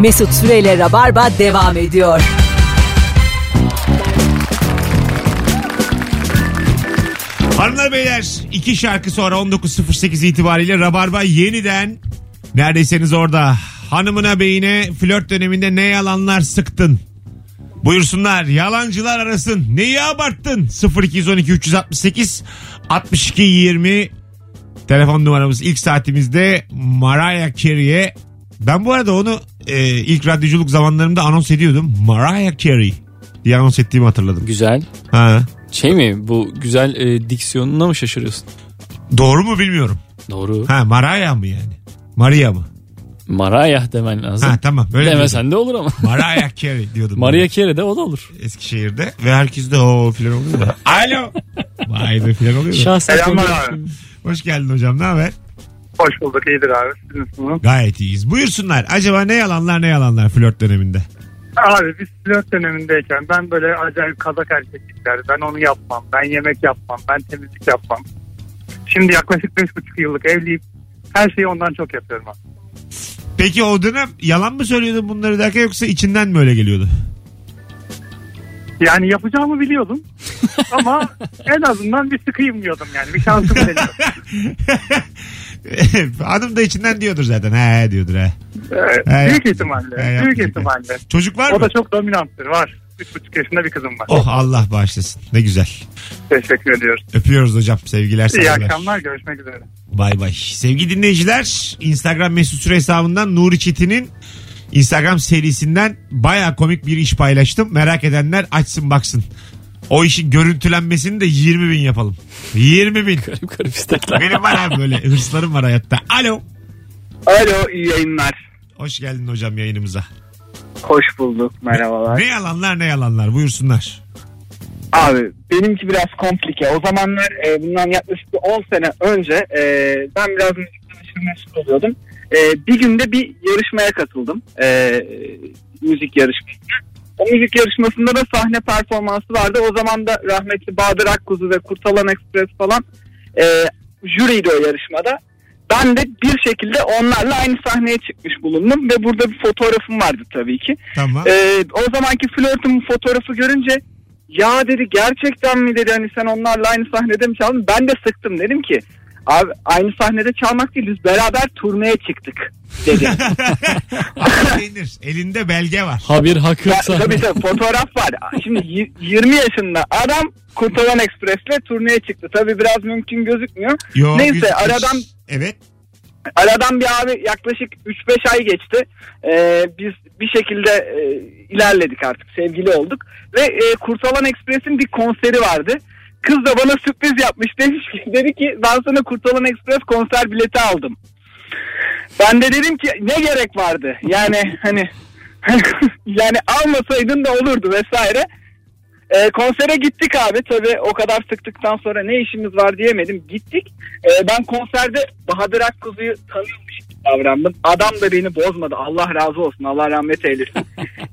Mesut Süreyle Rabarba devam ediyor. Hanımlar beyler iki şarkı sonra 19.08 itibariyle Rabarba yeniden neredeyseniz orada. Hanımına beyine flört döneminde ne yalanlar sıktın? Buyursunlar yalancılar arasın. Neyi abarttın? 0212 368 62 20 telefon numaramız ilk saatimizde Mariah Carey'e ben bu arada onu e, ilk radyoculuk zamanlarımda anons ediyordum. Mariah Carey diye anons ettiğimi hatırladım. Güzel. Ha. Şey mi bu güzel e, diksiyonuna mı şaşırıyorsun? Doğru mu bilmiyorum. Doğru. Ha Mariah mı yani? Maria mı? Marayah demen lazım. Ha tamam. Böyle diyordum. Demesen de olur ama. Mariah Carey diyordum. Maria Carey de o da olur. ben Eskişehir'de ve herkes de o filan oluyor da. Alo. Vay be filan oluyor da. Şahsen Selamlar konuş- abi. Hoş geldin hocam ne haber? Hoş bulduk iyidir abi. Sizin sunumunuz. Gayet iyiyiz. Buyursunlar. Acaba ne yalanlar ne yalanlar flört döneminde? Abi biz flört dönemindeyken ben böyle acayip kazak erkeklikler. Ben onu yapmam. Ben yemek yapmam. Ben temizlik yapmam. Şimdi yaklaşık 5,5 yıllık evliyim. Her şeyi ondan çok yapıyorum abi. Peki o dönem yalan mı söylüyordun bunları derken yoksa içinden mi öyle geliyordu? Yani yapacağımı biliyordum. Ama en azından bir sıkayım diyordum yani. Bir şansım deniyorum. Hanım da içinden diyordur zaten. He diyordur he. Ee, büyük ihtimalle. He, büyük yaptım. ihtimalle. Çocuk var O mı? da çok dominanttır. Var. 3,5 yaşında bir kızım var. Oh Allah bağışlasın. Ne güzel. Teşekkür ediyoruz. Öpüyoruz hocam. Sevgiler İyi saygılar. akşamlar. Görüşmek üzere. Bay bay. Sevgili dinleyiciler Instagram mesut süre hesabından Nuri Çetin'in Instagram serisinden baya komik bir iş paylaştım. Merak edenler açsın baksın. O işin görüntülenmesini de 20 bin yapalım. 20 bin. Garip garip istekler. Benim var abi böyle hırslarım var hayatta. Alo. Alo iyi yayınlar. Hoş geldin hocam yayınımıza. Hoş bulduk merhabalar. Ne yalanlar ne yalanlar buyursunlar. Abi benimki biraz komplike. O zamanlar e, bundan yaklaşık bir 10 sene önce e, ben biraz müzikten aşırı meşgul oluyordum. E, bir günde bir yarışmaya katıldım. E, e, müzik yarışması. O müzik yarışmasında da sahne performansı vardı. O zaman da rahmetli Bahadır Akkuzu ve Kurtalan Express falan e, jüriydi o yarışmada. Ben de bir şekilde onlarla aynı sahneye çıkmış bulundum ve burada bir fotoğrafım vardı tabii ki. Tamam. Ee, o zamanki flörtümün fotoğrafı görünce ya dedi gerçekten mi dedi hani sen onlarla aynı sahnede mi çaldın? Ben de sıktım dedim ki abi aynı sahnede çalmak değil biz beraber turneye çıktık dedi. Aklı denir. Elinde belge var. Habir hak Ya, yoksa. tabii tabii fotoğraf var. Şimdi y- 20 yaşında adam Kurtalan Express'le turneye çıktı. Tabii biraz mümkün gözükmüyor. Yo, Neyse, yüz- aradan- Evet. Aradan bir abi yaklaşık 3-5 ay geçti. Ee, biz bir şekilde e, ilerledik artık sevgili olduk. Ve e, Kurtalan Express'in bir konseri vardı. Kız da bana sürpriz yapmış demiş ki, dedi ki ben sana Kurtalan Express konser bileti aldım. Ben de dedim ki ne gerek vardı yani hani yani almasaydın da olurdu vesaire. Ee, konsere gittik abi tabi o kadar sıktıktan sonra ne işimiz var diyemedim gittik. Ee, ben konserde Bahadır Akkuzu'yu tanıyormuş gibi davrandım. Adam da beni bozmadı Allah razı olsun Allah rahmet eylesin.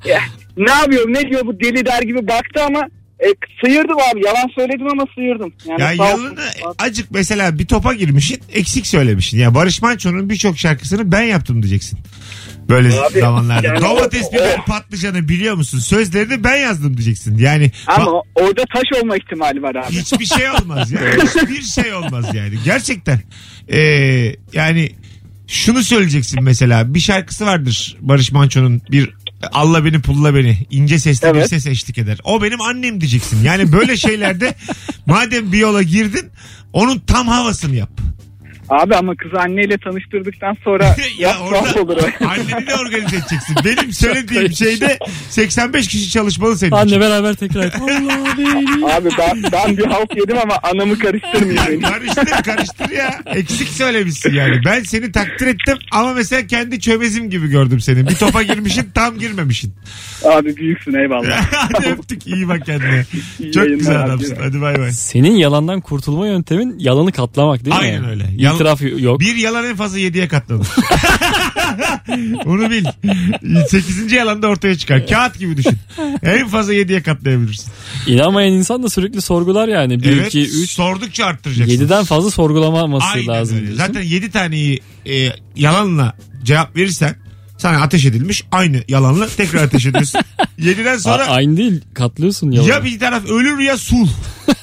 Ya, ne yapıyorum ne diyor bu deli der gibi baktı ama e, sıyırdım abi yalan söyledim ama sıyırdım. Yani Ya sağ olsun. yalanı acık mesela bir topa girmişsin eksik söylemişsin. Ya Barış Manço'nun birçok şarkısını ben yaptım diyeceksin. Böyle Abi, zamanlarda. yani- Domates biber Oh. patlıcanı biliyor musun? Sözlerini ben yazdım diyeceksin. Yani Ama bak, o- orada taş olma ihtimali var abi. hiçbir şey olmaz ya. Hiçbir şey olmaz yani. Gerçekten. Ee, yani şunu söyleyeceksin mesela. Bir şarkısı vardır Barış Manço'nun bir Allah beni pulla beni. ince sesli bir Evet. ses eşlik eder. O benim annem diyeceksin. Yani böyle şeylerde madem bir yola girdin onun tam havasını yap. Abi ama kızı anneyle tanıştırdıktan sonra ya, tuhaf olur o. anneni de organize edeceksin. Benim söylediğim şeyde 85 kişi çalışmalı senin Anne için. beraber tekrar et. Allah beni. Abi ben, ben bir halt yedim ama anamı karıştırmayayım. beni. Karıştır karıştır ya. Eksik söylemişsin yani. Ben seni takdir ettim ama mesela kendi çömezim gibi gördüm seni. Bir topa girmişsin tam girmemişsin. Abi büyüksün eyvallah. Hadi öptük iyi bak kendine. İyi Çok yayınlar güzel abi. adamsın. Hadi bay bay. Senin yalandan kurtulma yöntemin yalanı katlamak değil mi? Aynen öyle. Yalan- İtiraf yok. Bir yalan en fazla 7'ye katlanır. Onu bil. 8. yalan da ortaya çıkar. Kağıt gibi düşün. En fazla 7'ye katlayabilirsin. İnanmayan insan da sürekli sorgular yani. 1, evet. 2, 3, sordukça arttıracaksın. 7'den fazla sorgulamaması Aynen lazım. öyle. diyorsun. Zaten 7 taneyi e, yalanla cevap verirsen Sana ateş edilmiş. Aynı yalanla tekrar ateş ediyorsun. Yediden sonra A- aynı değil katlıyorsun yalanı. ya bir taraf ölür ya sul.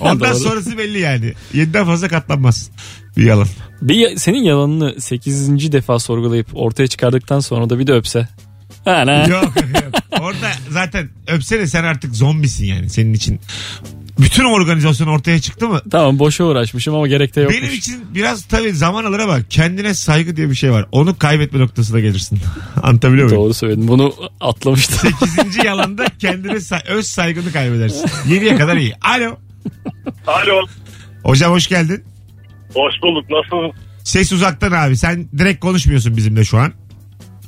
Ondan Doğru. sonrası belli yani. Yediden fazla katlanmaz bir yalan. Bir ya- senin yalanını 8. defa sorgulayıp ortaya çıkardıktan sonra da bir de öpse. Ana. yok yok. Orada zaten öpsene sen artık zombisin yani senin için. Bütün organizasyon ortaya çıktı mı? Tamam boşa uğraşmışım ama gerek de yokmuş. Benim için biraz tabii zaman alır ama kendine saygı diye bir şey var. Onu kaybetme noktasına gelirsin. Anlatabiliyor muyum? Doğru söyledin. Bunu atlamıştım. Sekizinci yalanda kendine say- öz saygını kaybedersin. Yediye kadar iyi. Alo. Alo. Hocam hoş geldin. Hoş bulduk. Nasılsın? Ses uzaktan abi. Sen direkt konuşmuyorsun bizimle şu an.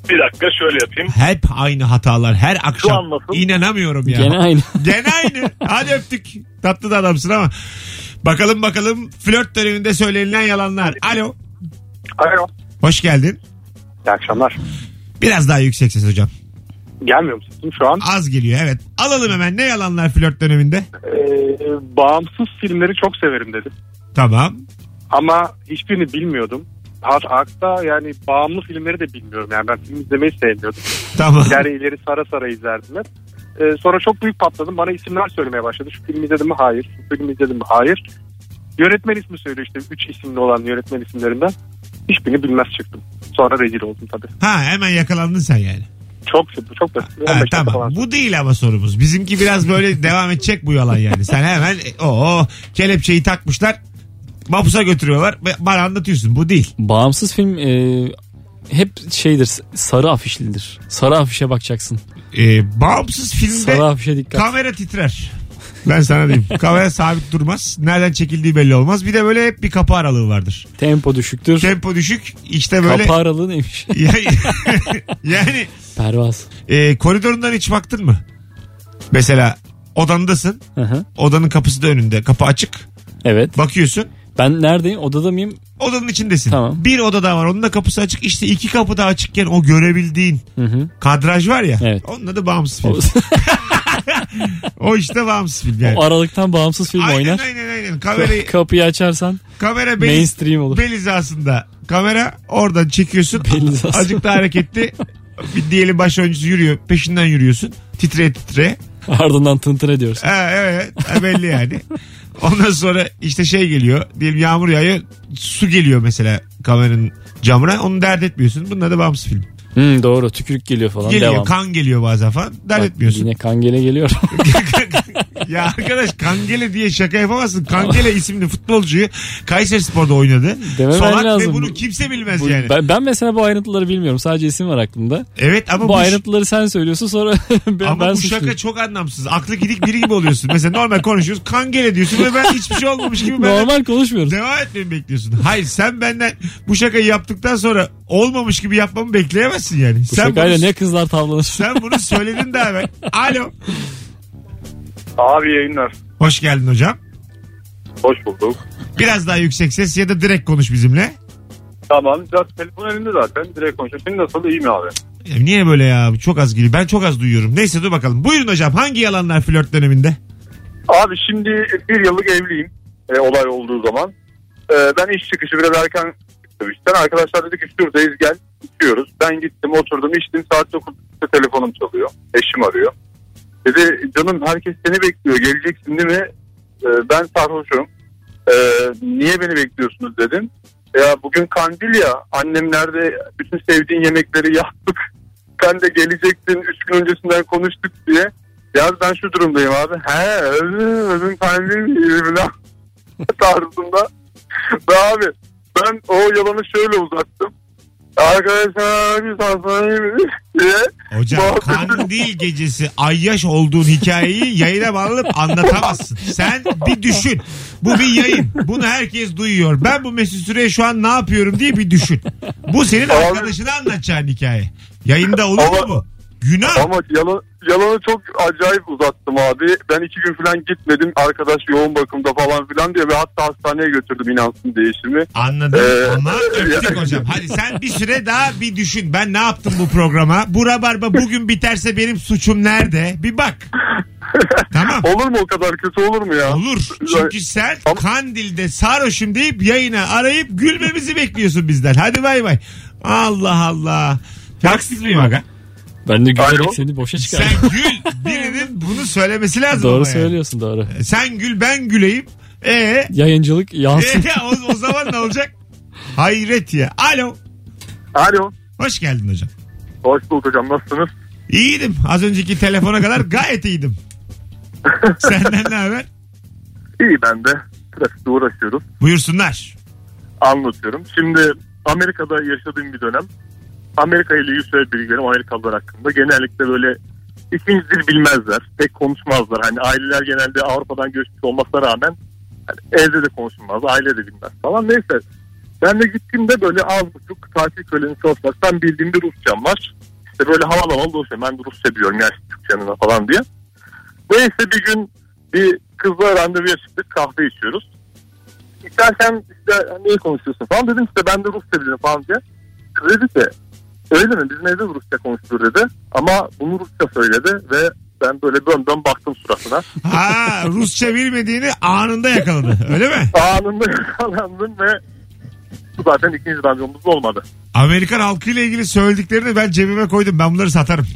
Bir dakika şöyle yapayım. Hep aynı hatalar her akşam. an nasıl? İnanamıyorum ya. Gene aynı. Gene aynı. Hadi öptük. Tatlı da adamsın ama. Bakalım bakalım flört döneminde söylenilen yalanlar. Alo. Alo. Hoş geldin. İyi akşamlar. Biraz daha yüksek ses hocam. Gelmiyor mu sesim şu an? Az geliyor evet. Alalım hemen ne yalanlar flört döneminde. Ee, bağımsız filmleri çok severim dedim. Tamam. Ama hiçbirini bilmiyordum. Hat- Hatta yani bağımlı filmleri de bilmiyorum. Yani ben film izlemeyi sevmiyordum. Tamam. İleri ileri sara sara izlerdim hep. Ee, sonra çok büyük patladım. Bana isimler söylemeye başladı. Şu filmi izledim mi? Hayır. Şu filmi izledim mi? Hayır. Yönetmen ismi söylüyor işte. Üç isimli olan yönetmen isimlerinden. Hiçbirini bilmez çıktım. Sonra rezil oldum tabii. Ha hemen yakalandın sen yani. Çok çok basit. 15 Ha, dakika falan tamam. Bu değil ama sorumuz. Bizimki biraz böyle devam edecek bu yalan yani. Sen hemen e, o kelepçeyi takmışlar. Mapusa götürüyorlar ve bana anlatıyorsun. Bu değil. Bağımsız film e, hep şeydir sarı afişlidir. Sarı afişe bakacaksın. Ee, bağımsız filmde Sarı afişe dikkat. kamera titrer. Ben sana diyeyim. kamera sabit durmaz. Nereden çekildiği belli olmaz. Bir de böyle hep bir kapı aralığı vardır. Tempo düşüktür. Tempo düşük. İşte böyle. Kapı aralığı neymiş? yani yani Pervaz. e, koridorundan hiç baktın mı? Mesela odandasın. Hı hı. Odanın kapısı da önünde. Kapı açık. Evet. Bakıyorsun. Ben neredeyim? Odada mıyım? odanın içindesin. Tamam. Bir oda daha var. Onun da kapısı açık. İşte iki kapı da açıkken o görebildiğin Hı hı. kadraj var ya. Evet. Onun adı bağımsız film. O, O, işte bağımsız film yani. o aralıktan bağımsız film aynen, oynar. aynen aynen. Kamerayı, Kapıyı açarsan kamera bel, mainstream olur. bel hizasında. Kamera oradan çekiyorsun. Bel hizası. Azıcık da hareketli. Bir diyelim baş oyuncusu yürüyor. Peşinden yürüyorsun. Titre titre. Ardından tıntır ediyoruz. Ha, evet Ha, belli yani. Ondan sonra işte şey geliyor. Diyelim yağmur yağıyor. Su geliyor mesela kameranın camına. Onu dert etmiyorsun. Bunun adı bağımsız film. Hı, doğru tükürük geliyor falan. geliyor Devam. kan geliyor bazen falan. Dert Bak, etmiyorsun. Yine kangele geliyor. ya arkadaş Kangele diye şaka yapamazsın. Kangele isimli futbolcuyu Kayseri Spor'da oynadı. Dememen Solak ve lazım. bunu kimse bilmez Bu- yani. ben, ben mesela bu ayrıntıları bilmiyorum. Sadece isim var aklımda. Evet ama Bu, bu, ayrıntıları sen söylüyorsun sonra ben, ama ben bu şaka suçluyum. çok anlamsız. Aklı gidik biri gibi oluyorsun. Mesela normal konuşuyoruz. Kangele diyorsun ve ben hiçbir şey olmamış gibi ben Normal konuşmuyoruz. devam etmemi bekliyorsun. Hayır sen benden bu şakayı yaptıktan sonra olmamış gibi yapmamı bekleyemezsin yani. Bu sen şakayla bunu, ne kızlar tavlanır. sen bunu söyledin daha evvel. Alo. Abi yayınlar. Hoş geldin hocam. Hoş bulduk. Biraz daha yüksek ses ya da direkt konuş bizimle. Tamam. Biraz telefon elinde zaten. Direkt konuşuyorum. Senin nasıl? iyi mi abi? Ya Niye böyle ya? Çok az geliyor. Ben çok az duyuyorum. Neyse dur bakalım. Buyurun hocam hangi yalanlar flört döneminde? Abi şimdi bir yıllık evliyim. e, olay olduğu zaman. E, ben iş çıkışı biraz erken çıktım işten. Arkadaşlar dedi ki şuradayız gel. içiyoruz. Ben gittim oturdum içtim. Saat 9'da telefonum çalıyor. Eşim arıyor. Dedi canım herkes seni bekliyor. Geleceksin değil mi? E, ben sarhoşum. E, niye beni bekliyorsunuz dedim. Ya bugün kandil ya. Annemlerde bütün sevdiğin yemekleri yaptık. Sen de gelecektin. Üç gün öncesinden konuştuk diye. Ya ben şu durumdayım abi. He özüm özüm kendim falan tarzında. Ve abi ben o yalanı şöyle uzattım. Arkadaşlar bir sarsayım diye. Hocam kandil gecesi ayyaş olduğun hikayeyi yayına bağlanıp anlatamazsın. Sen bir düşün. Bu bir yayın. Bunu herkes duyuyor. Ben bu Mesut Süre'ye şu an ne yapıyorum diye bir düşün. Bu senin Abi- arkadaşına anlatacağın hikaye. Yayında olur mu Ama- bu? Günah. Ama yalan, yalanı çok acayip uzattım abi. Ben iki gün falan gitmedim. Arkadaş yoğun bakımda falan filan diye. Ve hatta hastaneye götürdüm inansın diye işimi. Anladım Ee, ama öptük yani- hocam. Hadi sen bir süre daha bir düşün. Ben ne yaptım bu programa? Bu rabarba bugün biterse benim suçum nerede? Bir bak. Tamam. Olur mu o kadar kötü olur mu ya? Olur. Çünkü sen Ama- Kandil'de sarhoşum deyip yayına arayıp gülmemizi bekliyorsun bizden. Hadi bay bay. Allah Allah. Haksız mıyım aga? Ben de gülerek Alo. seni boşa çıkardım. Sen gül. Birinin bunu söylemesi lazım. ama Doğru yani. söylüyorsun doğru. Sen gül ben güleyim. Ee, Yayıncılık yansın. ee, o, o zaman ne olacak? Hayret ya. Alo. Alo. Hoş geldin hocam. Hoş bulduk hocam nasılsınız? İyiydim. Az önceki telefona kadar gayet iyiydim. Senden ne haber? İyi ben de. Trafikte uğraşıyoruz. Buyursunlar. Anlatıyorum. Şimdi Amerika'da yaşadığım bir dönem Amerika ile ilgili şöyle bilgilerim Amerikalılar hakkında. Genellikle böyle ikinci dil bilmezler. Pek konuşmazlar. Hani aileler genelde Avrupa'dan göçmüş olmasına rağmen hani evde de konuşulmaz. Aile de bilmez falan. Neyse. Ben de gittiğimde böyle az buçuk tatil kölesi olarak ben bildiğim bir Rusçam var. İşte böyle havalı havalı dolaşıyorum. Ben de Rusça biliyorum ya işte Türkçenin falan diye. Neyse bir gün bir kızla randevuya çıktık. Kahve içiyoruz. İstersen işte neyi konuşuyorsun falan dedim işte ben de Rusça bilirim falan diye. Kız Dedi ki öyle mi bizim evde de Rusça konuşulur dedi ama bunu Rusça söyledi ve ben böyle dön dön baktım suratına. Ha Rusça bilmediğini anında yakaladı. Öyle mi? Anında yakalandım ve bu zaten ikinci randevumuz olmadı. Amerikan halkıyla ilgili söylediklerini ben cebime koydum. Ben bunları satarım.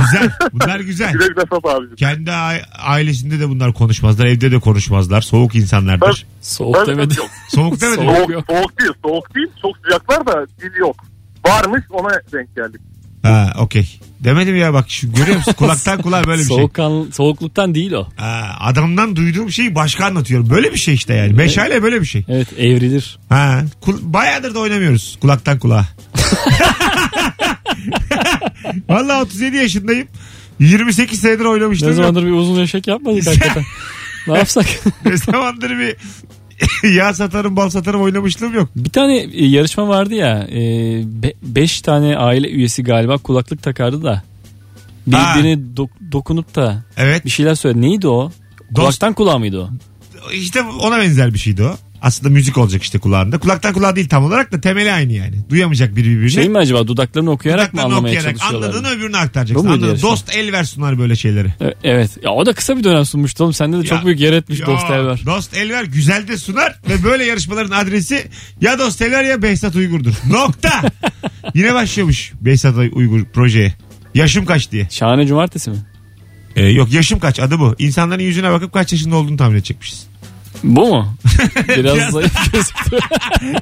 güzel. Bunlar güzel. Ah. Güle güle sat abicim. Kendi a- ailesinde de bunlar konuşmazlar. Evde de konuşmazlar. Soğuk insanlardır. Soğuk demedi. Yok. Soğuk demedim. Soğuk. Soğuk, soğuk değil soğuk değil çok sıcaklar da dil yok. Varmış ona denk geldik. Ha okey. Demedim ya bak şu görüyor musun? Kulaktan kulağa böyle bir şey. Soğukkan, soğukluktan değil o. Ha, adamdan duyduğum şeyi başka anlatıyorum. Böyle bir şey işte yani. Meşale böyle bir şey. Evet evrilir. Ha, kul- bayağıdır da oynamıyoruz kulaktan kulağa. Vallahi 37 yaşındayım. 28 senedir oynamıştım. Ne yok. zamandır bir uzun eşek yapmadık hakikaten. ne yapsak? Ne zamandır bir yağ satarım bal satarım oynamışlığım yok. Bir tane e, yarışma vardı ya. 5 tane aile üyesi galiba kulaklık takardı da. Ha. Birbirine dok- dokunup da Evet. bir şeyler söyledi. Neydi o? Kulaktan kulağa mıydı o? İşte ona benzer bir şeydi o. Aslında müzik olacak işte kulağında. Kulaktan kulağa değil tam olarak da temeli aynı yani. Duyamayacak biri birbirini. Şey mi acaba dudaklarını okuyarak mı Kulaklarını anlamaya okuyarak anladığını çalışıyorlar? öbürünü aktaracaksın. Bu muydu Anladın? yarışma? Dost el versinler böyle şeyleri. E, Evet. Ya o da kısa bir dönem sunmuştu oğlum. Sende de çok Ya- büyük yer etmiş Ya, dost Elver. Dost Elver güzel de sunar ve böyle yarışmaların adresi ya Dost Elver ya Behzat Uygur'dur. Nokta. Yine başlamış Behzat Uygur projeye. Yaşım kaç diye. Şahane cumartesi mi? Ee, yok yaşım kaç adı bu. İnsanların yüzüne bakıp kaç yaşında olduğunu tahmin edecekmişiz. Bu mu? Biraz Biraz- zayıf gözüktü.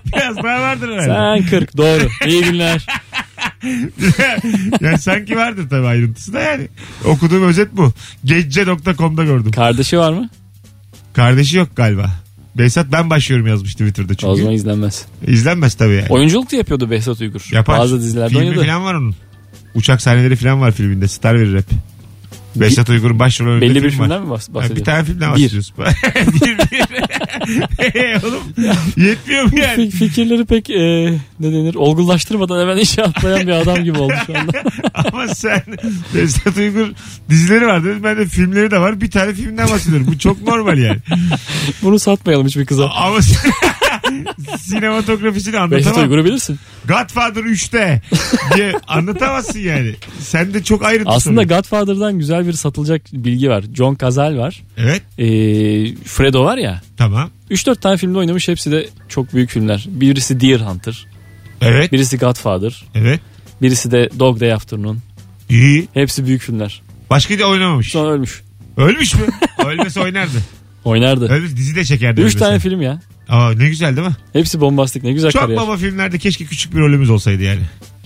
Biraz daha vardır herhalde. Sen 40 doğru. İyi günler. yani sanki vardır tabii ayrıntısı da yani. Okuduğum özet bu. Gecce.com'da gördüm. Kardeşi var mı? Kardeşi yok galiba. Behzat ben başlıyorum yazmış Twitter'da O çünkü. zaman izlenmez. İzlenmez tabii yani. Oyunculuk da yapıyordu Behzat Uygur. Yapar. Bazı dizilerde Filmi oynadı. falan var onun. Uçak sahneleri falan var filminde. Star verir hep. Behzat Uygur'un başrolü oynadığı Belli film bir var. filmden mi bahs- Ha, bahsediyor? bir tane filmden Bir. bahsediyoruz. bir, bir. Ee, Oğlum yetmiyor mu yani? Fi- Fikirleri pek e, ne denir olgulaştırmadan hemen işe atlayan bir adam gibi oldu şu anda. Ama sen Behzat Uygur dizileri var dedin. Ben de filmleri de var. Bir tane filmden bahsediyorum. Bu çok normal yani. Bunu satmayalım hiçbir kıza. Ama sen- sinematografisini Behzat anlatamam. Uygur'u bilirsin. Godfather 3'te diye anlatamazsın yani. Sen de çok ayrıntısı Aslında var. Godfather'dan güzel bir satılacak bilgi var. John Cazale var. Evet E, Fredo var ya. tamam. 3-4 tane filmde oynamış hepsi de çok büyük filmler. Birisi Deer Hunter, Evet birisi Godfather, evet. birisi de Dog Day Afternoon. İyi. Hepsi büyük filmler. Başka da oynamamış. Sonra ölmüş. Ölmüş mü? Ölmese oynardı. Oynardı. Ölmüş dizi de çekerdi. 3 ölmese. tane film ya. Aa ne güzel değil mi? Hepsi bombastik ne güzel Çok kariyer. baba filmlerde keşke küçük bir rolümüz olsaydı yani.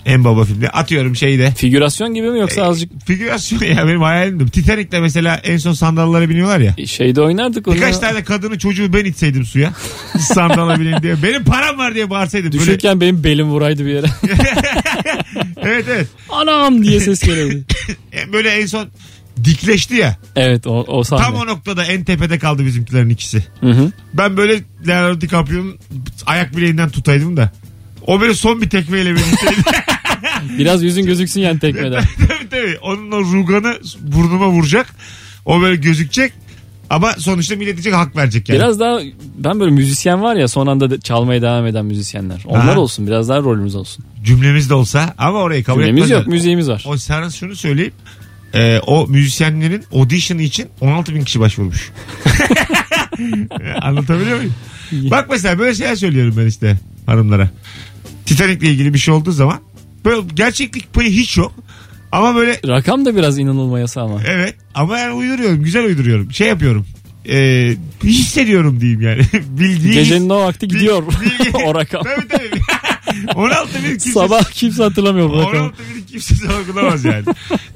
En baba filmde. Atıyorum şeyde. Figürasyon gibi mi yoksa azıcık Figürasyon ya benim hayalimdi. Titanic'te mesela en son sandallara biniyorlar ya. şeyde oynardık. onu. Birkaç tane kadını çocuğu ben itseydim suya. Sandala binin diye. Benim param var diye bağırsaydım. Böyle- Düşürken benim belim vuraydı bir yere. evet evet. Anam diye ses geliyordu. E, Böyle en son dikleşti ya. Evet o, o sahne. Tam o noktada en tepede kaldı bizimkilerin ikisi. Hı hı. Ben böyle Leonardo DiCaprio'nun ayak bileğinden tutaydım da. O böyle son bir tekmeyle beni itseydi. Biraz yüzün gözüksün yani tekmeden. tabii tabii. Onun o ruganı burnuma vuracak. O böyle gözükecek. Ama sonuçta millet diyecek hak verecek yani. Biraz daha ben böyle müzisyen var ya son anda de- çalmaya devam eden müzisyenler. Onlar Aha. olsun biraz daha rolümüz olsun. Cümlemiz de olsa ama orayı kabul Cümlemiz etmezler. yok müziğimiz var. O, o sana şunu söyleyeyim. Ee, o müzisyenlerin audition'ı için 16 bin kişi başvurmuş. Anlatabiliyor muyum? Bak mesela böyle şeyler söylüyorum ben işte hanımlara. Titanic'le ilgili bir şey olduğu zaman böyle gerçeklik payı hiç yok. Ama böyle Rakam da biraz inanılmayası ama. evet ama yani uyduruyorum güzel uyduruyorum şey yapıyorum. Ee, hissediyorum diyeyim yani. Bildiği Gecenin o vakti gidiyor Bilgi- o rakam. Tabii tabii. 16 bin kimse Sabah kimse hatırlamıyor bu rakamı. 16 bini kimse sorgulamaz yani.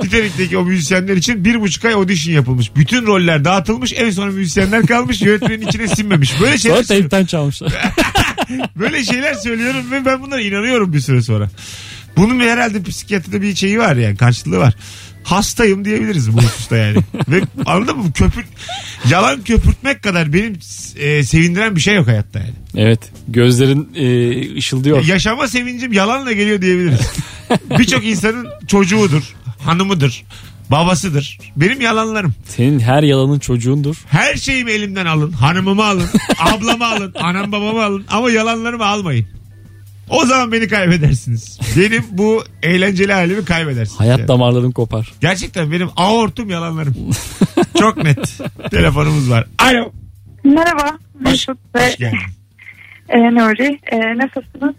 Titanic'teki o müzisyenler için bir buçuk ay audition yapılmış. Bütün roller dağıtılmış. En son müzisyenler kalmış. Yönetmenin içine sinmemiş. Böyle şeyler, Sonra teypten çalmışlar. böyle şeyler söylüyorum ve ben bunlara inanıyorum bir süre sonra. Bunun bir herhalde psikiyatride bir şeyi var yani karşılığı var. Hastayım diyebiliriz bu hususta yani. ve anladın mı? Köpür, yalan köpürtmek kadar benim e, sevindiren bir şey yok hayatta yani. evet. Gözlerin e, ışıldıyor. Yaşama sevincim yalanla geliyor diyebiliriz. Birçok insanın çocuğudur, hanımıdır, babasıdır. Benim yalanlarım. Senin her yalanın çocuğundur. Her şeyimi elimden alın. Hanımımı alın, ablamı alın, anam babamı alın. Ama yalanlarımı almayın. O zaman beni kaybedersiniz. Benim bu eğlenceli halimi kaybedersiniz. Hayat Yani. damarların kopar. Gerçekten benim aortum yalanlarım. Çok net. Telefonumuz var. Alo. Merhaba Hoş, Mesut hoş ve geldin. e, Nuri. E, nasılsınız?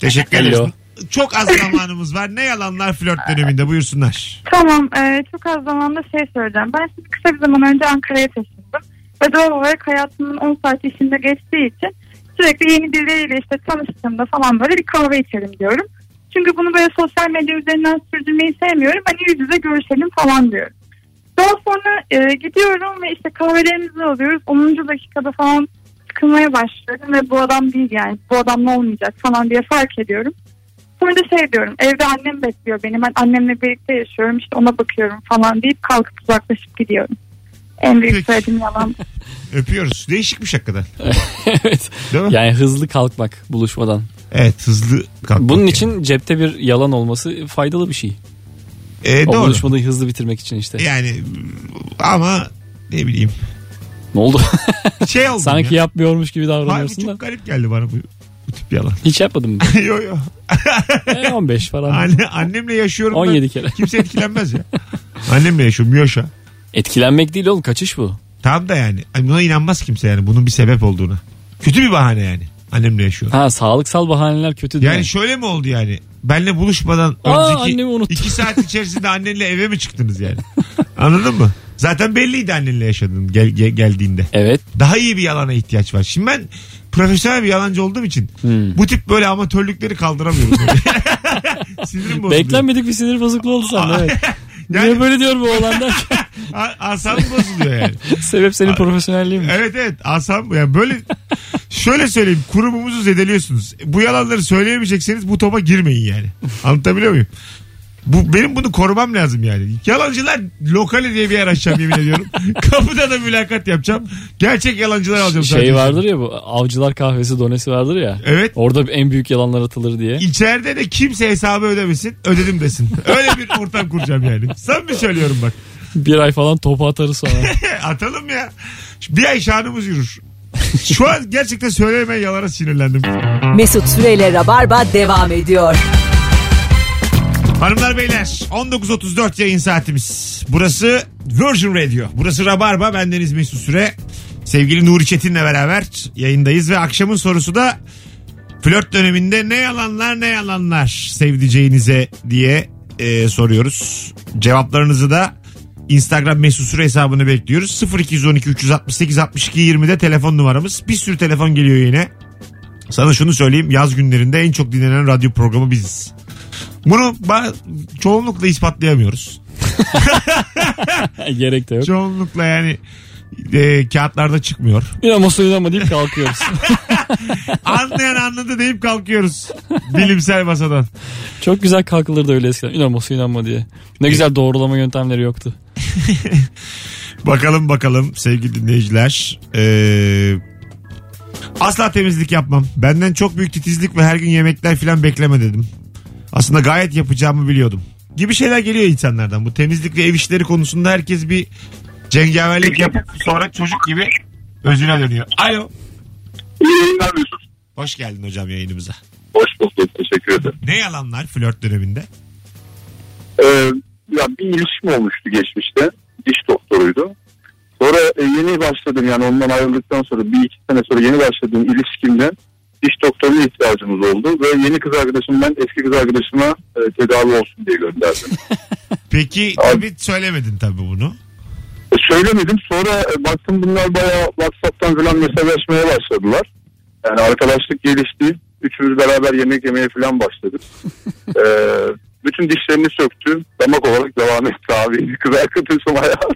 Teşekkür ederiz. Alo. Çok az zamanımız var. Ne yalanlar flört döneminde buyursunlar. Tamam e, çok az zamanda şey söyleyeceğim. Ben şimdi kısa bir zaman önce Ankara'ya taşındım. Ve doğal olarak hayatımın 10 saati işinde geçtiği için sürekli yeni birileriyle işte tanıştığımda falan böyle bir kahve içelim diyorum. Çünkü bunu böyle sosyal medya üzerinden sürdürmeyi sevmiyorum. Hani yüz yüze görüşelim falan diyorum. Daha sonra e, gidiyorum ve işte kahvelerimizi alıyoruz. 10. dakikada falan sıkılmaya başlıyorum ve bu adam değil yani bu adamla olmayacak falan diye fark ediyorum. Sonra da şey diyorum evde annem bekliyor beni ben annemle birlikte yaşıyorum işte ona bakıyorum falan deyip kalkıp uzaklaşıp gidiyorum. En Peki. büyük söylediğim yalan. Öpüyoruz. Değişikmiş hakikaten. evet. Değil mi? Yani hızlı kalkmak buluşmadan. Evet hızlı kalkmak. Bunun yani. için cepte bir yalan olması faydalı bir şey. E, O doğru. buluşmayı hızlı bitirmek için işte. Yani ama ne bileyim. Ne oldu? Şey oldu. Sanki ya. yapmıyormuş gibi Harbi davranıyorsun da. çok garip geldi bana bu, bu tip yalan. Hiç yapmadım. mı? yo yo. E, 15 falan. Anne, annemle yaşıyorum. da 17 kere. Kimse etkilenmez ya. Annemle yaşıyorum. Yaşa. Etkilenmek değil oğlum kaçış bu. Tam da yani. Ay, Buna inanmaz kimse yani. Bunun bir sebep olduğuna. Kötü bir bahane yani. Annemle yaşıyorum. Ha sağlıksal bahaneler kötü değil. Yani şöyle mi oldu yani? Benle buluşmadan Aa, önceki annemi unuttum. iki saat içerisinde annenle eve mi çıktınız yani? Anladın mı? Zaten belliydi annenle yaşadığın gel, gel- geldiğinde. Evet. daha iyi bir yalana ihtiyaç var. Şimdi ben profesyonel bir yalancı olduğum için Hmm. bu tip böyle amatörlükleri kaldıramıyorum. Sinirim bozuluyor. Beklenmedik bir sinir bozukluğu oldu sende evet. Yani- Niye böyle diyor bu oğlan derken? A- asabım bozuluyor yani. Sebep senin profesyonelliğin mi? Evet evet asam yani böyle şöyle söyleyeyim kurumumuzu zedeliyorsunuz. Bu yalanları söyleyemeyecekseniz bu topa girmeyin yani. Anlatabiliyor muyum? Bu, benim bunu korumam lazım yani. Yalancılar lokali diye bir yer açacağım yemin ediyorum. Kapıda da mülakat yapacağım. Gerçek yalancılar alacağım. sadece. Şey vardır ya bu avcılar kahvesi donesi vardır ya. Evet. Orada en büyük yalanlar atılır diye. İçeride de kimse hesabı ödemesin. Ödedim desin. Öyle bir ortam kuracağım yani. Sen mi söylüyorum bak. Bir ay falan topu atarız sonra. Atalım ya. Bir ay şanımız yürür. Şu an gerçekten söyleyemeyen yalara sinirlendim. Mesut Süreyle Rabarba devam ediyor. Hanımlar beyler 19.34 yayın saatimiz. Burası Virgin Radio. Burası Rabarba. Bendeniz Mesut Süre. Sevgili Nuri Çetin'le beraber yayındayız ve akşamın sorusu da flört döneminde ne yalanlar ne yalanlar sevdiceğinize diye e, soruyoruz. Cevaplarınızı da Instagram mesut süre hesabını bekliyoruz. 0212 368 62 20'de telefon numaramız. Bir sürü telefon geliyor yine. Sana şunu söyleyeyim yaz günlerinde en çok dinlenen radyo programı biziz. Bunu ba- çoğunlukla ispatlayamıyoruz. Gerek de yok. Çoğunlukla yani e, kağıtlarda çıkmıyor. İnanma soyunanma deyip kalkıyoruz. Anlayan anladı deyip kalkıyoruz bilimsel masadan. Çok güzel kalkılırdı öyle eskiden. İnanma soyunanma diye. Ne güzel doğrulama yöntemleri yoktu. Bakalım bakalım sevgili dinleyiciler. Ee, asla temizlik yapmam. Benden çok büyük titizlik ve her gün yemekler falan bekleme dedim. Aslında gayet yapacağımı biliyordum. Gibi şeyler geliyor insanlardan. Bu temizlik ve ev işleri konusunda herkes bir cengaverlik yapıp sonra çocuk gibi özüne dönüyor. Alo. İyi yayınlar Mesut. Hoş geldin hocam yayınımıza. Hoş bulduk. Teşekkür ederim. Ne yalanlar flört döneminde? Ee, ya bir ilişkim olmuştu geçmişte. Diş doktoruydu. Sonra e, yeni başladım yani ondan ayrıldıktan sonra bir iki sene sonra yeni başladığım ilişkimle diş doktoruna ihtiyacımız oldu. Ve yeni kız arkadaşımdan eski kız arkadaşıma e, tedavi olsun diye gönderdim. Peki Abi- tabii söylemedin tabii bunu. E, Söylemedim. Sonra e, baktım bunlar bayağı WhatsApp'tan falan mesajlaşmaya başladılar. Yani arkadaşlık gelişti. Üçümüz beraber yemek yemeye falan başladık. E, bütün dişlerini söktü. Damak olarak devam etti abi. Kız arkadaşım hayatım.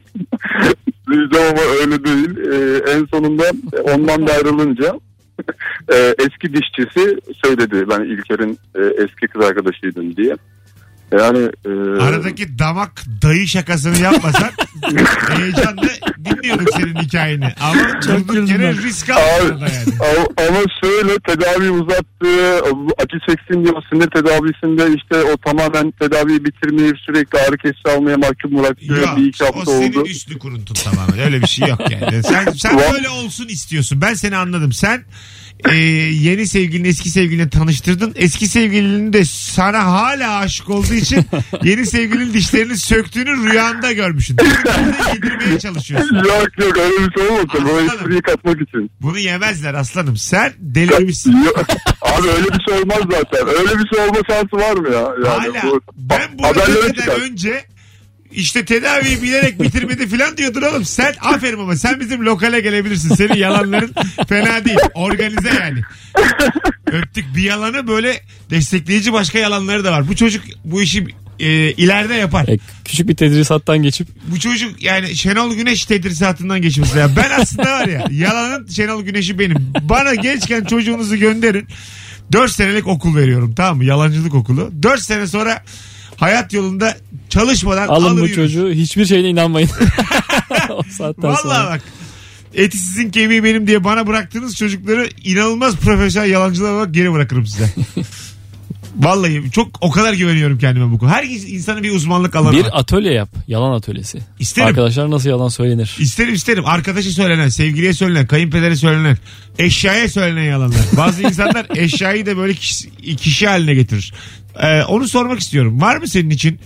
Diyeceğim ama öyle değil. E, en sonunda e, ondan da ayrılınca e, eski dişçisi söyledi. Ben İlker'in e, eski kız arkadaşıydım diye. Yani e, Aradaki damak dayı şakasını yapmasak heyecanla dinliyorduk senin hikayeni. Ama durduk yere risk aldın Abi, orada yani. a- ama şöyle tedavi uzattı. Acı çeksin diyor sinir tedavisinde işte o tamamen tedaviyi bitirmeyip sürekli ağrı kesici almaya mahkum bıraktı. Yok, bir iki o hafta senin oldu. üstü kuruntun tamamen. Öyle bir şey yok yani. Sen, sen Ulan- böyle olsun istiyorsun. Ben seni anladım. Sen e, yeni sevgilini eski sevgiline tanıştırdın. Eski sevgilinin de sana hala aşık olduğu için yeni sevgilinin dişlerini söktüğünü rüyanda görmüşsün. Birbirine yedirmeye çalışıyorsun. Yok yok öyle bir şey olmasın. Bu Anladım. espriyi katmak için. Bunu yemezler aslanım. Sen delirmişsin. Yok, Abi öyle bir şey olmaz zaten. Öyle bir şey olma şansı var mı ya? Yani Hala bu- ben bunu haberlere çıkar. demeden önce işte tedaviyi bilerek bitirmedi falan diyordun oğlum. Sen aferin ama sen bizim lokale gelebilirsin. Senin yalanların fena değil. Organize yani. Öptük bir yalanı böyle destekleyici başka yalanları da var. Bu çocuk bu işi e, ileride yapar. E, küçük bir tedrisattan geçip Bu çocuk yani Şenol Güneş tedrisatından geçmesi. Ya ben aslında var ya yalanın Şenol Güneş'i benim. Bana gençken çocuğunuzu gönderin. 4 senelik okul veriyorum tamam mı? Yalancılık okulu. 4 sene sonra hayat yolunda çalışmadan alın alır bu yürür. çocuğu hiçbir şeyine inanmayın. o saatten sonra. Vallahi bak. Eti sizin kemiği benim diye bana bıraktığınız çocukları inanılmaz profesyonel yalancılar olarak geri bırakırım size. Vallahi çok o kadar güveniyorum kendime bu konuda. Her insanın bir uzmanlık alanı var. Bir atölye yap. Yalan atölyesi. İsterim. Arkadaşlar nasıl yalan söylenir? İsterim isterim. Arkadaşa söylenen, sevgiliye söylenen, kayınpedere söylenen, eşyaya söylenen yalanlar. Bazı insanlar eşyayı da böyle kişi, kişi haline getirir. Ee, onu sormak istiyorum. Var mı senin için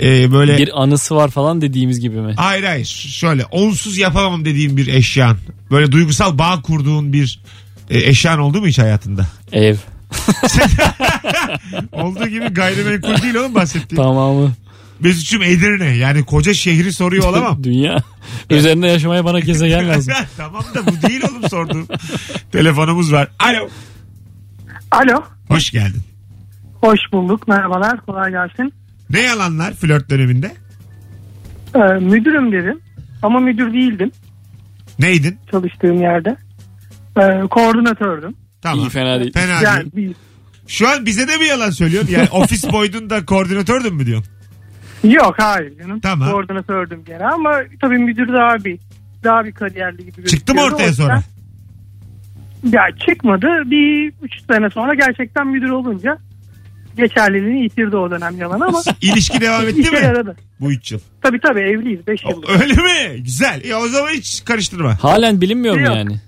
e, böyle... Bir anısı var falan dediğimiz gibi mi? Hayır hayır şöyle onsuz yapamam dediğin bir eşyan. Böyle duygusal bağ kurduğun bir e, eşyan oldu mu hiç hayatında? Ev. Olduğu gibi gayrimenkul değil oğlum bahsettiğin. Tamamı. Mesut'cum Edirne yani koca şehri soruyor olamam. Dünya. Üzerinde yaşamaya bana gezegen lazım. tamam da bu değil oğlum sorduğum. Telefonumuz var. Alo. Alo. Hoş geldin. Hoş bulduk. Merhabalar. Kolay gelsin. Ne yalanlar flört döneminde? Ee, müdürüm dedim. Ama müdür değildim Neydin? çalıştığım yerde. Ee, koordinatördüm. Tamam. İyi fena değil. Fena Yani değil. bir- Şu an bize de mi yalan söylüyorsun? Yani ofis boydun da koordinatördün mü diyorsun? yok hayır canım. Tamam. Koordinatördüm gene ama tabii müdür daha bir daha bir kariyerli gibi Çıktı mı gözüküyordu. O ortaya yüzden- sonra? Ya çıkmadı. Bir üç sene sonra gerçekten müdür olunca geçerliliğini yitirdi o dönem yalan ama İlişki devam etti işe mi yaradı. bu üç yıl? Tabii tabii evliyiz 5 O- yıldır. Öyle mi? Güzel. Ya o zaman hiç karıştırma. Halen bilinmiyor mu Yok. yani?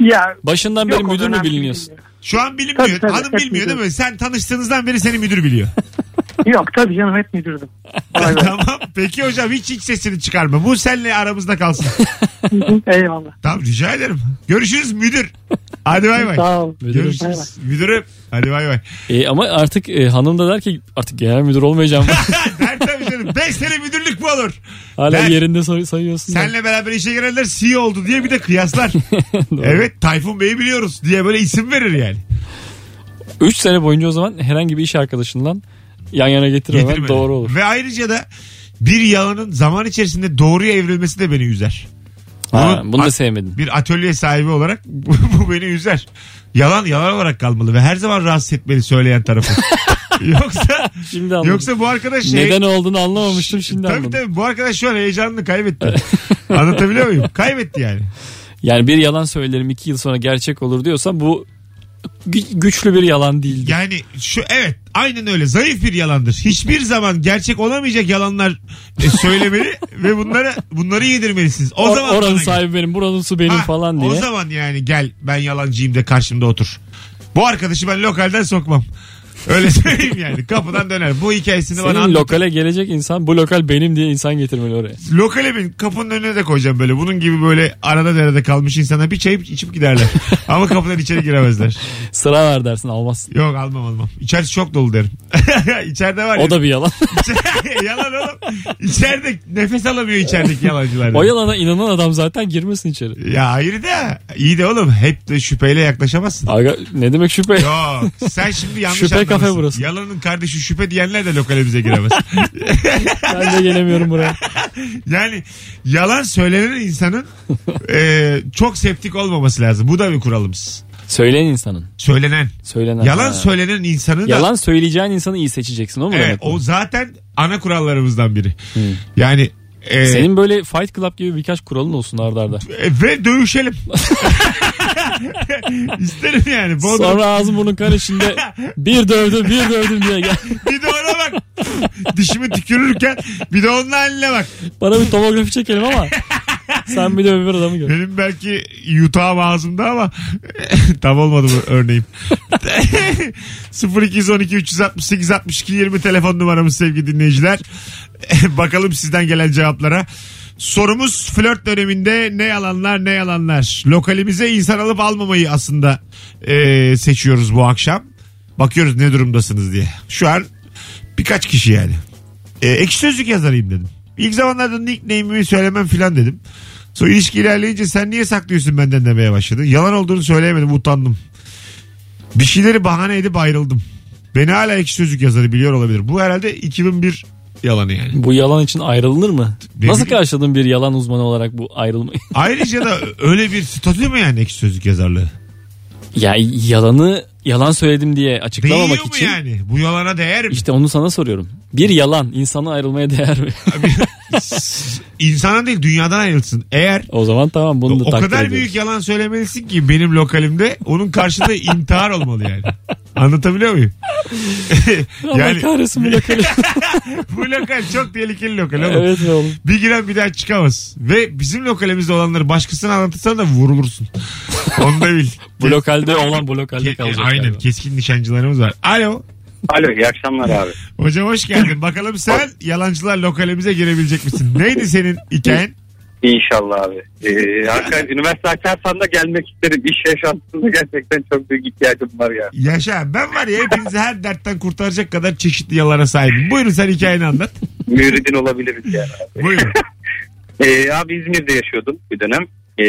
Ya Başından yok beri o müdür mü dönem biliniyorsun? Şu an bilinmiyor. Tabii, tabii, Hanım tabii, bilmiyor değil biliyorum. mi? Sen tanıştığınızdan beri seni müdür biliyor. Yok tabii canım hep müdürdüm. tamam. Peki hocam hiç hiç sesini çıkarma. Bu seninle aramızda kalsın. Eyvallah. tamam rica ederim. Görüşürüz müdür. Hadi bay bay. Sağ ol. Müdürüm. Görüşürüz. Müdürüm. Hadi bay bay. E, ama artık e, hanım da der ki artık genel müdür olmayacağım. Der tabii canım. 5 sene müdürlük mü olur? Hala Der. yerinde say- sayıyorsun. da. Senle beraber işe girenler CEO oldu diye bir de kıyaslar. evet Tayfun Bey'i biliyoruz diye böyle isim verir yani. 3 sene boyunca o zaman herhangi bir iş arkadaşından yan yana getirmemen Getirmeden. doğru olur. Ve ayrıca da bir yalanın zaman içerisinde doğruya evrilmesi de beni üzer. Ha, Bunu- bunu Ay- da sevmedim. Bir atölye sahibi olarak bu, bu beni üzer. Yalan yalan olarak kalmalı ve her zaman rahatsız etmeli söyleyen tarafı. yoksa Şimdi anladım. yoksa bu arkadaş şey, Neden olduğunu anlamamıştım şimdi tabii anladım. tabii bu arkadaş şu an heyecanını kaybetti. Anlatabiliyor muyum? Kaybetti yani. Yani bir yalan söylerim 2 yıl sonra gerçek olur diyorsa bu gü- güçlü bir yalan değildi. Yani şu evet aynen öyle zayıf bir yalandır. Hiçbir zaman gerçek olamayacak yalanlar e, söylemeli ve bunları bunları yedirmelisiniz. O, O- zaman oranın bana gel. sahibi benim, buranın su benim Ha, falan diye. O zaman yani gel ben yalancıyım de karşımda otur. Bu arkadaşı ben lokalden sokmam. Öyle söyleyeyim yani. Kapıdan döner. Bu hikayesini bana Senin anlat. lokale gelecek insan bu lokal benim diye insan getirmeli oraya. Lokale bin kapının önüne de koyacağım böyle. Bunun gibi böyle arada derede kalmış insana bir çay içip giderler. Ama kapıdan içeri giremezler. Sıra ver dersin almazsın. Yok almam almam. İçerisi çok dolu derim. İçeride var ya. O da bir yalan. yalan oğlum. İçeride nefes alamıyor içerideki yalancılar. o yalana inanan adam zaten girmesin içeri. Ya hayır da iyi de oğlum hep de şüpheyle yaklaşamazsın. Aga, ne demek şüphe? Yok sen şimdi yanlış Şüphe kafe anlamışsın. burası. Yalanın kardeşi şüphe diyenler de lokale bize giremez. ben de gelemiyorum buraya. yani yalan söylenen insanın e, çok septik olmaması lazım. Bu da bir kuralımız. Söyleyen insanın. Söylenen. Söylenen. Yalan Ha. söylenen insanı da Yalan söyleyeceğin insanı iyi seçeceksin o mu Evet, demek? bu? o zaten ana kurallarımızdan biri. Yani e, Senin böyle Fight Club gibi birkaç kuralın olsun arda arda. e, ve dövüşelim. İsterim yani. Bodrum- Sonra ağzın burnun kan içinde bir dövdüm bir dövdüm diye gel. Bir de ona bak. Dişimi tükürürken bir de onun haline bak. Bana bir tomografi çekelim ama sen bir de öbür adamı gör. Benim belki yutağım ağzımda ama tam olmadı bu örneğim. 0212 368 62 20 telefon numaramız sevgili dinleyiciler. Bakalım sizden gelen cevaplara. Sorumuz flört döneminde ne yalanlar ne yalanlar. Lokalimize insan alıp almamayı aslında eee, seçiyoruz bu akşam. Bakıyoruz ne durumdasınız diye. Şu an birkaç kişi yani. E, ekşi sözlük yazarıyım dedim. İlk zamanlarda nickname'imi söylemem filan dedim. Sonra ilişki ilerleyince sen niye saklıyorsun benden demeye başladı. Yalan olduğunu söyleyemedim utandım. Bir şeyleri bahane edip ayrıldım. Beni hala ekşi sözlük yazarı biliyor olabilir. Bu herhalde 2001 yalanı yani. Bu yalan için ayrılır mı? Ne Nasıl bileyim. karşıladın bir yalan uzmanı olarak bu ayrılmayı? Ayrıca da öyle bir statü mü yani ekşi sözlük yazarlığı? ya yalanı yalan söyledim diye Değiyor mu açıklamamak için. yani? Bu yalana değer mi? İşte onu sana soruyorum. Bir yalan insana ayrılmaya değer mi? İnsana değil dünyadan ayrılsın. Eğer o zaman tamam bunu da o takdir kadar ediyoruz. büyük yalan söylemelisin ki benim lokalimde onun karşılığı intihar olmalı yani. Anlatabiliyor muyum? Allah yani kahretsin bu lokali. bu lokal çok tehlikeli lokal oğlum. evet be oğlum. Bir giren bir daha çıkamaz. Ve bizim lokalimizde olanları başkasına anlatırsan da vurulursun. Onu da bil. Bu lokalde olan bu lokalde Ke- kalacak. Aynen galiba. keskin nişancılarımız var. Alo. Alo iyi akşamlar abi. Hocam hoş geldin. Bakalım sen yalancılar lokalimize girebilecek misin? Neydi senin hikayen? İnşallah abi. Ee, hakikaten üniversite açarsan da gelmek isterim. İş yaşantısında gerçekten çok büyük ihtiyacım var ya. Yaşa. Ben var ya hepinizi her dertten kurtaracak kadar çeşitli yalana sahibim. Buyurun sen hikayeni anlat. Müridin olabiliriz yani abi. Buyurun. Ee, abi İzmir'de yaşıyordum bir dönem. Ee,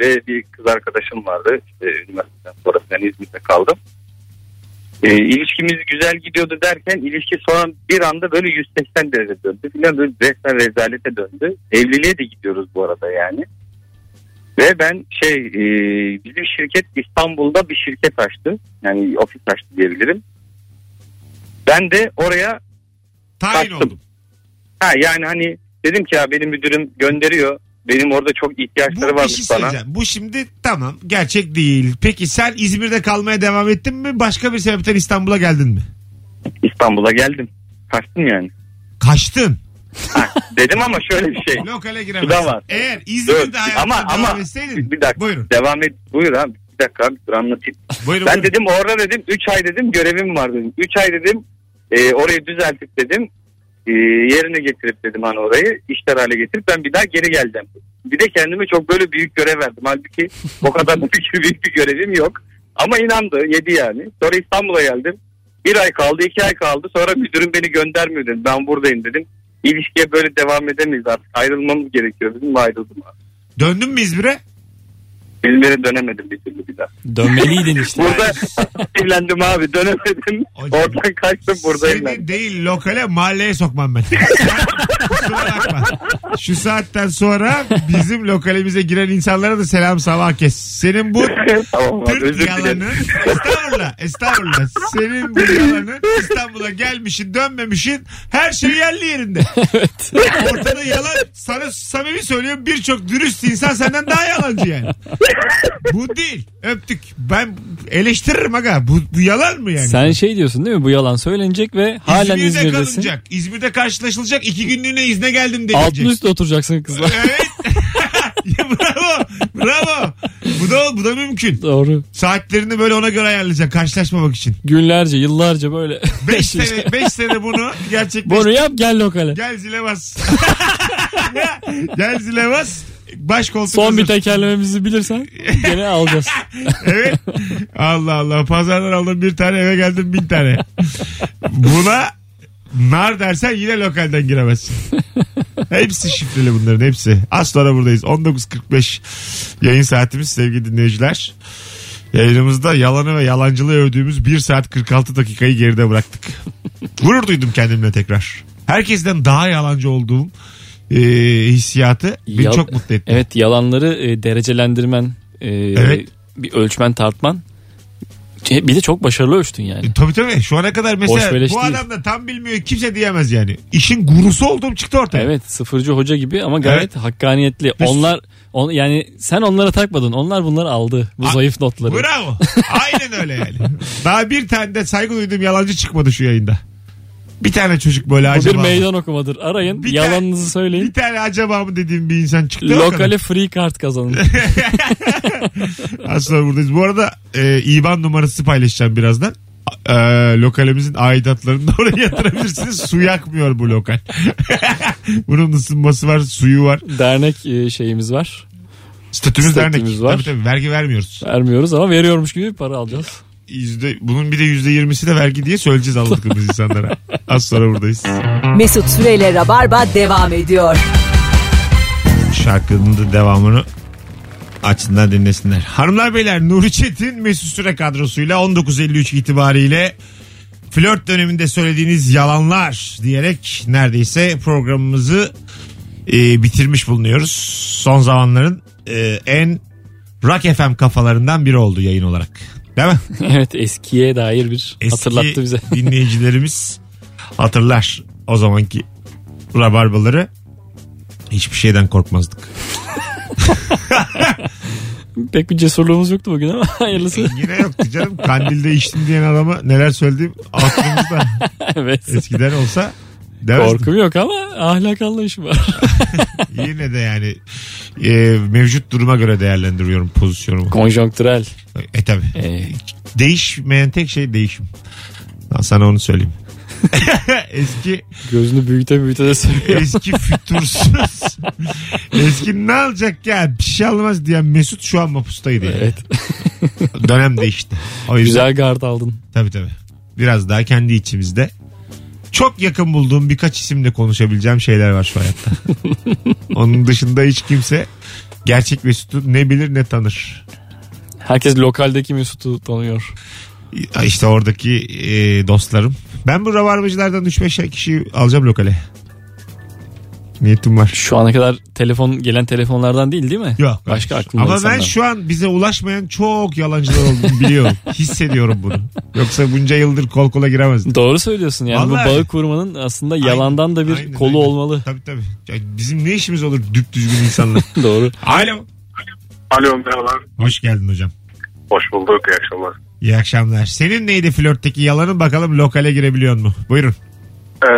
ve bir kız arkadaşım vardı. İşte üniversiteden sonra ben İzmir'de kaldım. Ee, ilişkimiz güzel gidiyordu derken ilişki sonra bir anda böyle 180 derece döndü. Falan böyle resmen rezalete döndü. Evliliğe de gidiyoruz bu arada yani. Ve ben şey e, bizim şirket İstanbul'da bir şirket açtı. Yani ofis açtı diyebilirim. Ben de oraya Tayin Kaçtım. oldum. Ha yani hani dedim ki ya benim müdürüm gönderiyor. Benim orada çok ihtiyaçları Bu bir şey varmış bana. söyleyeceğim. Bu şimdi tamam gerçek değil. Peki sen İzmir'de kalmaya devam ettin mi? Başka bir sebepten İstanbul'a geldin mi? İstanbul'a geldim. Kaçtım yani. Kaçtın. Ha, dedim ama şöyle bir şey. Lokale Şu da giremezsin. var. Eğer Dur, İzmir'de hayatına ama devam ama etseydin. bir dakika Buyurun. devam et. Buyur abi. Bir dakika abi dur anlatayım. Buyurun. Ben buyurun. dedim orada dedim 3 ay dedim görevim var dedim. 3 ay dedim e, orayı düzeltip dedim e, yerine getirip dedim hani orayı işler hale getirip ben bir daha geri geleceğim. Bir de kendime çok böyle büyük görev verdim. Halbuki o kadar büyük, büyük bir görevim yok. Ama inandı yedi yani. Sonra İstanbul'a geldim. Bir ay kaldı iki ay kaldı. Sonra müdürüm beni göndermiyor dedi. Ben buradayım dedim. İlişkiye böyle devam edemeyiz artık. Ayrılmamız gerekiyor dedim ve ayrıldım. abi. Döndün mü İzmir'e? İzmir'e dönemedim bir türlü bir daha. Dönmeliydin işte. Burada evlendim abi dönemedim. Hocam, Oradan kaçtım buradayım Seni ben. değil lokale mahalleye sokmam ben. Kusura bakma. Şu saatten sonra bizim lokalimize giren insanlara da selam sabah kes. Senin bu tamam abi Türk özür yalanı dilerim. estağfurullah estağfurullah senin bu yalanı İstanbul'a gelmişin dönmemişin her şey yerli yerinde. Ortada yalan sana samimi söylüyorum birçok dürüst insan senden daha yalancı yani. Bu değil öptük ben eleştiririm aga bu, bu yalan mı yani? Sen şey diyorsun değil mi? Bu yalan söylenecek ve halen İzmir'de İzmir'desin. kalınacak. İzmir'de karşılaşılacak. iki günlüğüne izne geldim denilecek. Altın üstü oturacaksın kızla. Evet. ya bravo. Bravo. bu da bu da mümkün. Doğru. Saatlerini böyle ona göre ayarlayacaksın karşılaşmamak için. Günlerce, yıllarca böyle. 5 sene 5 sene bunu gerçekleş. Bunu yap gel lokale. Gel zile bas. Gel zile bas. Baş koltuk Son hazır. bir tekerlememizi bilirsen gene alacağız. Evet. Allah Allah. Pazardan aldım bir tane eve geldim bin tane. Buna nar dersen yine lokalden giremezsin. Hepsi şifreli bunların hepsi. Az sonra buradayız. 19.45 yayın saatimiz sevgili dinleyiciler. Yayınımızda yalanı ve yalancılığı övdüğümüz 1 saat 46 dakikayı geride bıraktık. Gurur duydum kendimle tekrar. Herkesten daha yalancı olduğum e, hissiyatı beni Yal- çok mutlu etti. Evet yalanları e, derecelendirmen, e, Evet. bir ölçmen tartman. Şey, Bir de çok başarılı ölçtün yani. E, Tabii tabii. Şu ana kadar mesela Boş bu beleş değil. adam da tam bilmiyor kimse diyemez yani. İşin gurusu olduğum çıktı ortaya. Evet sıfırcı hoca gibi ama gayet hakkaniyetli. Onlar on, yani sen onlara takmadın. Onlar bunları aldı. Bu A- zayıf notları. Bravo. Aynen öyle yani. Daha bir tane de saygı duyduğum yalancı çıkmadı şu yayında. Bir tane çocuk böyle Bu bir acaba. mı? meydan okumadır. Arayın Bir tane- yalanınızı Bir söyleyin. tane acaba mı dediğim bir insan çıktı. Lokale free kart kazanın. Aslında buradayız. Bu arada e, IBAN numarası paylaşacağım birazdan. E, lokalimizin aidatlarını da oraya yatırabilirsiniz. Su yakmıyor bu lokal. Bunun ısınması var, suyu var. Dernek e, şeyimiz var. Statümüz, dernek. Statümüz var. Tabii tabii vergi vermiyoruz. Vermiyoruz ama veriyormuş gibi para alacağız. Yüzde, bunun bir de yüzde yirmisi de vergi diye söyleyeceğiz aldıklarımız insanlara. Az sonra buradayız. Mesut Süreyle Rabarba devam ediyor. Şarkının da devamını açsınlar dinlesinler. Hanımlar beyler Nuri Çetin Mesut Süre kadrosuyla 19.53 itibariyle flört döneminde söylediğiniz yalanlar diyerek neredeyse programımızı e, bitirmiş bulunuyoruz. Son zamanların e, en rock FM kafalarından biri oldu yayın olarak. Değil mi? evet eskiye dair bir Eski hatırlattı bize. dinleyicilerimiz hatırlar o zamanki rabarbaları. Hiçbir şeyden korkmazdık. Pek bir cesurluğumuz yoktu bugün ama hayırlısı. Yine yoktu canım. Kandilde içtim diyen adama neler söylediğim aklımızda evet. eskiden olsa demezdim. Korkum yok ama ahlak anlayışı var. Yine de yani e, mevcut duruma göre değerlendiriyorum pozisyonumu. Konjonktürel. E tabi. Ee, Değişmeyen tek şey değişim. Ben sana onu söyleyeyim. Eski gözünü büyüte büyüte de söylüyor. Eski fütursuz. Eski ne alacak ya bir şey almaz diyen Mesut şu an mapustaydı. yani. Evet. Dönem değişti. O yüzden Güzel gard aldın. tabii tabii. Biraz daha kendi içimizde. Çok yakın bulduğum birkaç isimle konuşabileceğim şeyler var şu hayatta. Onun dışında hiç kimse gerçek Mesut'u ne bilir ne tanır. Herkes lokaldeki Mesut'u tanıyor. İşte oradaki e, dostlarım. Ben bu rabarbacılardan 3-5 kişi alacağım lokale. Niyetim var. Şu ana kadar telefon gelen telefonlardan değil değil mi? Yok. Başka hayır. aklımda Ama ben insanlar. şu an bize ulaşmayan çok yalancılar olduğunu biliyorum. Hissediyorum bunu. Yoksa bunca yıldır kol kola giremezdim. Doğru söylüyorsun yani Vallahi. bu bağı kurmanın aslında Aynen, yalandan da bir aynen, kolu aynen. olmalı. Tabii tabii. Ya bizim ne işimiz olur düp düzgün insanlar. Doğru. Alo. Alo merhabalar. Hoş geldin hocam. Hoş bulduk. İyi akşamlar. İyi akşamlar. Senin neydi flörtteki yalanın bakalım lokale girebiliyor mu? Buyurun. Ee,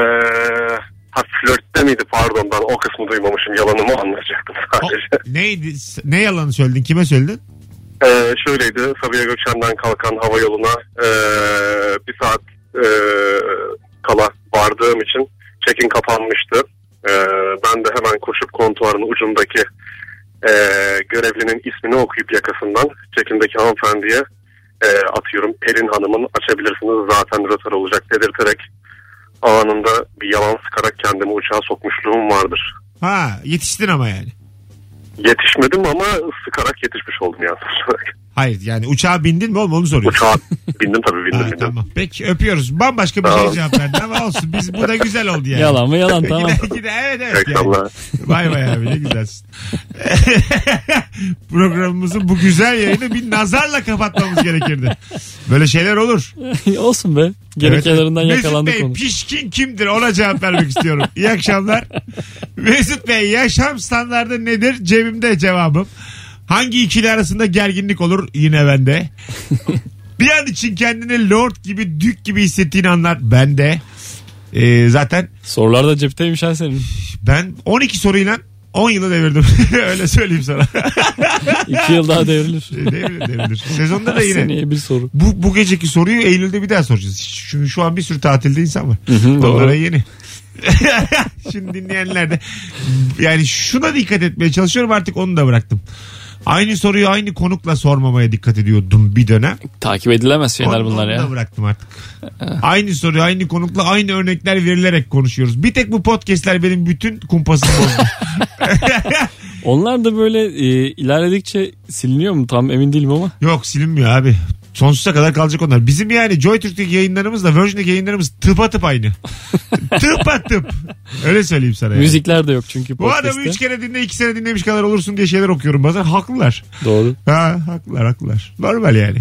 ha, flörtte miydi pardon ben o kısmı duymamışım yalanımı anlayacaktım O- sadece. neydi? Ne yalanı söyledin? Kime söyledin? Ee, şöyleydi Sabiha Gökçen'den kalkan hava yoluna ee, bir saat ee, kala vardığım için çekin kapanmıştı. Ee, ben de hemen koşup kontuarın ucundaki ee, görevlinin ismini okuyup yakasından çekimdeki hanımefendiye ee, atıyorum Pelin Hanım'ın açabilirsiniz zaten rötar olacak dedirterek anında bir yalan sıkarak kendimi uçağa sokmuşluğum vardır. Ha yetiştin ama yani. Yetişmedim ama sıkarak yetişmiş oldum yalnız. Hayır yani uçağa bindin mi oğlum onu soruyorsun. Uçağa bindim tabii bindim Ha, bindim. tamam. Peki öpüyoruz. Bambaşka bir şey Tamam. cevap verdin ama olsun. Biz, bu da güzel oldu yani. Yalan mı yalan Gide- tamam. gide- evet evet. İyi Yani. akşamlar. Vay vay abi ne güzelsin. Programımızın bu güzel yayını bir nazarla kapatmamız gerekirdi. Böyle şeyler olur. Olsun be. Evet. Gerek yanlarından Mesut yakalandık Bey, onu. pişkin kimdir ona cevap vermek istiyorum. İyi akşamlar. Mesut Bey yaşam standardı nedir? Cebimde cevabım. Hangi ikili arasında gerginlik olur? Yine bende. bir an için kendini lord gibi dük gibi hissettiğini anlar. Bende. Ee, zaten Sorular da cepteymiş ha senin. ben 12 soruyla 10 yılı devirdim. Öyle söyleyeyim sana. İki yıl daha devrilir. devrilir, devrilir. Sezonda da yine. Seneye bir soru. Bu, bu geceki soruyu Eylül'de bir daha soracağız. Çünkü şu an bir sürü tatilde insan var. hı, doğru. Onlara yeni. Şimdi dinleyenler de yani şuna dikkat etmeye çalışıyorum artık onu da bıraktım. Aynı soruyu aynı konukla sormamaya dikkat ediyordum bir dönem. Takip edilemez şeyler Onu- bunlar onu ya. Ee. da bıraktım artık. aynı soruyu aynı konukla aynı örnekler verilerek konuşuyoruz. Bir tek bu podcastler benim bütün kumpasımı bozdu. Onlar da böyle e, ilerledikçe siliniyor mu tam emin değilim ama. Yok silinmiyor abi. Sonsuza kadar kalacak onlar. Bizim yani Joy Türk'teki yayınlarımızla Virgin'deki yayınlarımız tıpa tıp aynı. tıpa tıp. Öyle söyleyeyim sana. yani. Müzikler de yok çünkü Bu adamı podcast'te. üç kere dinle iki sene dinlemiş kadar olursun diye şeyler okuyorum bazen. Haklılar. Doğru. Ha haklılar haklılar. Normal yani.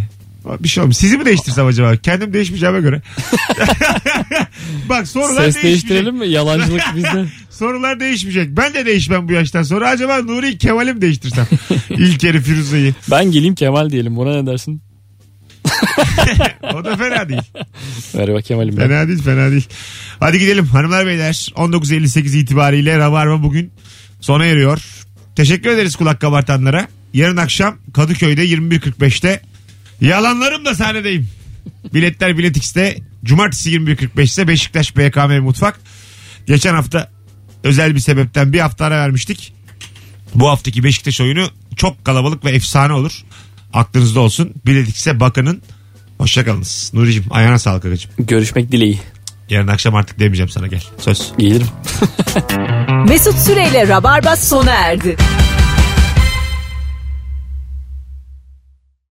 Bir şey olmaz. Sizi mi değiştirsem acaba? Kendim değişmeyeceğime göre. Bak sorular Ses değişmeyecek. değiştirelim mi? Yalancılık bizde. Sorular değişmeyecek. Ben de değişmem bu yaştan sonra. Acaba Nuri Kemal'i mi değiştirsem? İlker'i Firuze'yi. Ben geleyim Kemal diyelim. Buna ne dersin? O da fena değil. Merhaba Kemal'im ben. Fena değil fena değil. Hadi gidelim hanımlar beyler. 19.58 itibariyle Rabarba bugün sona eriyor. Teşekkür ederiz kulak kabartanlara. Yarın akşam Kadıköy'de 21.45'te Yalanlarım da sahnedeyim. Biletler Bilet X'te. Cumartesi 21.45'te Beşiktaş BKM Mutfak. Geçen hafta özel bir sebepten bir hafta ara vermiştik. Bu haftaki Beşiktaş oyunu çok kalabalık ve efsane olur. Aklınızda olsun. Bilet X'e bakının. Hoşçakalınız. Nuri'cim ayağına sağlık agacığım. Görüşmek dileği. Yarın akşam artık demeyeceğim sana gel. Söz. Gelirim. Mesut Süreyle Rabarba sona erdi.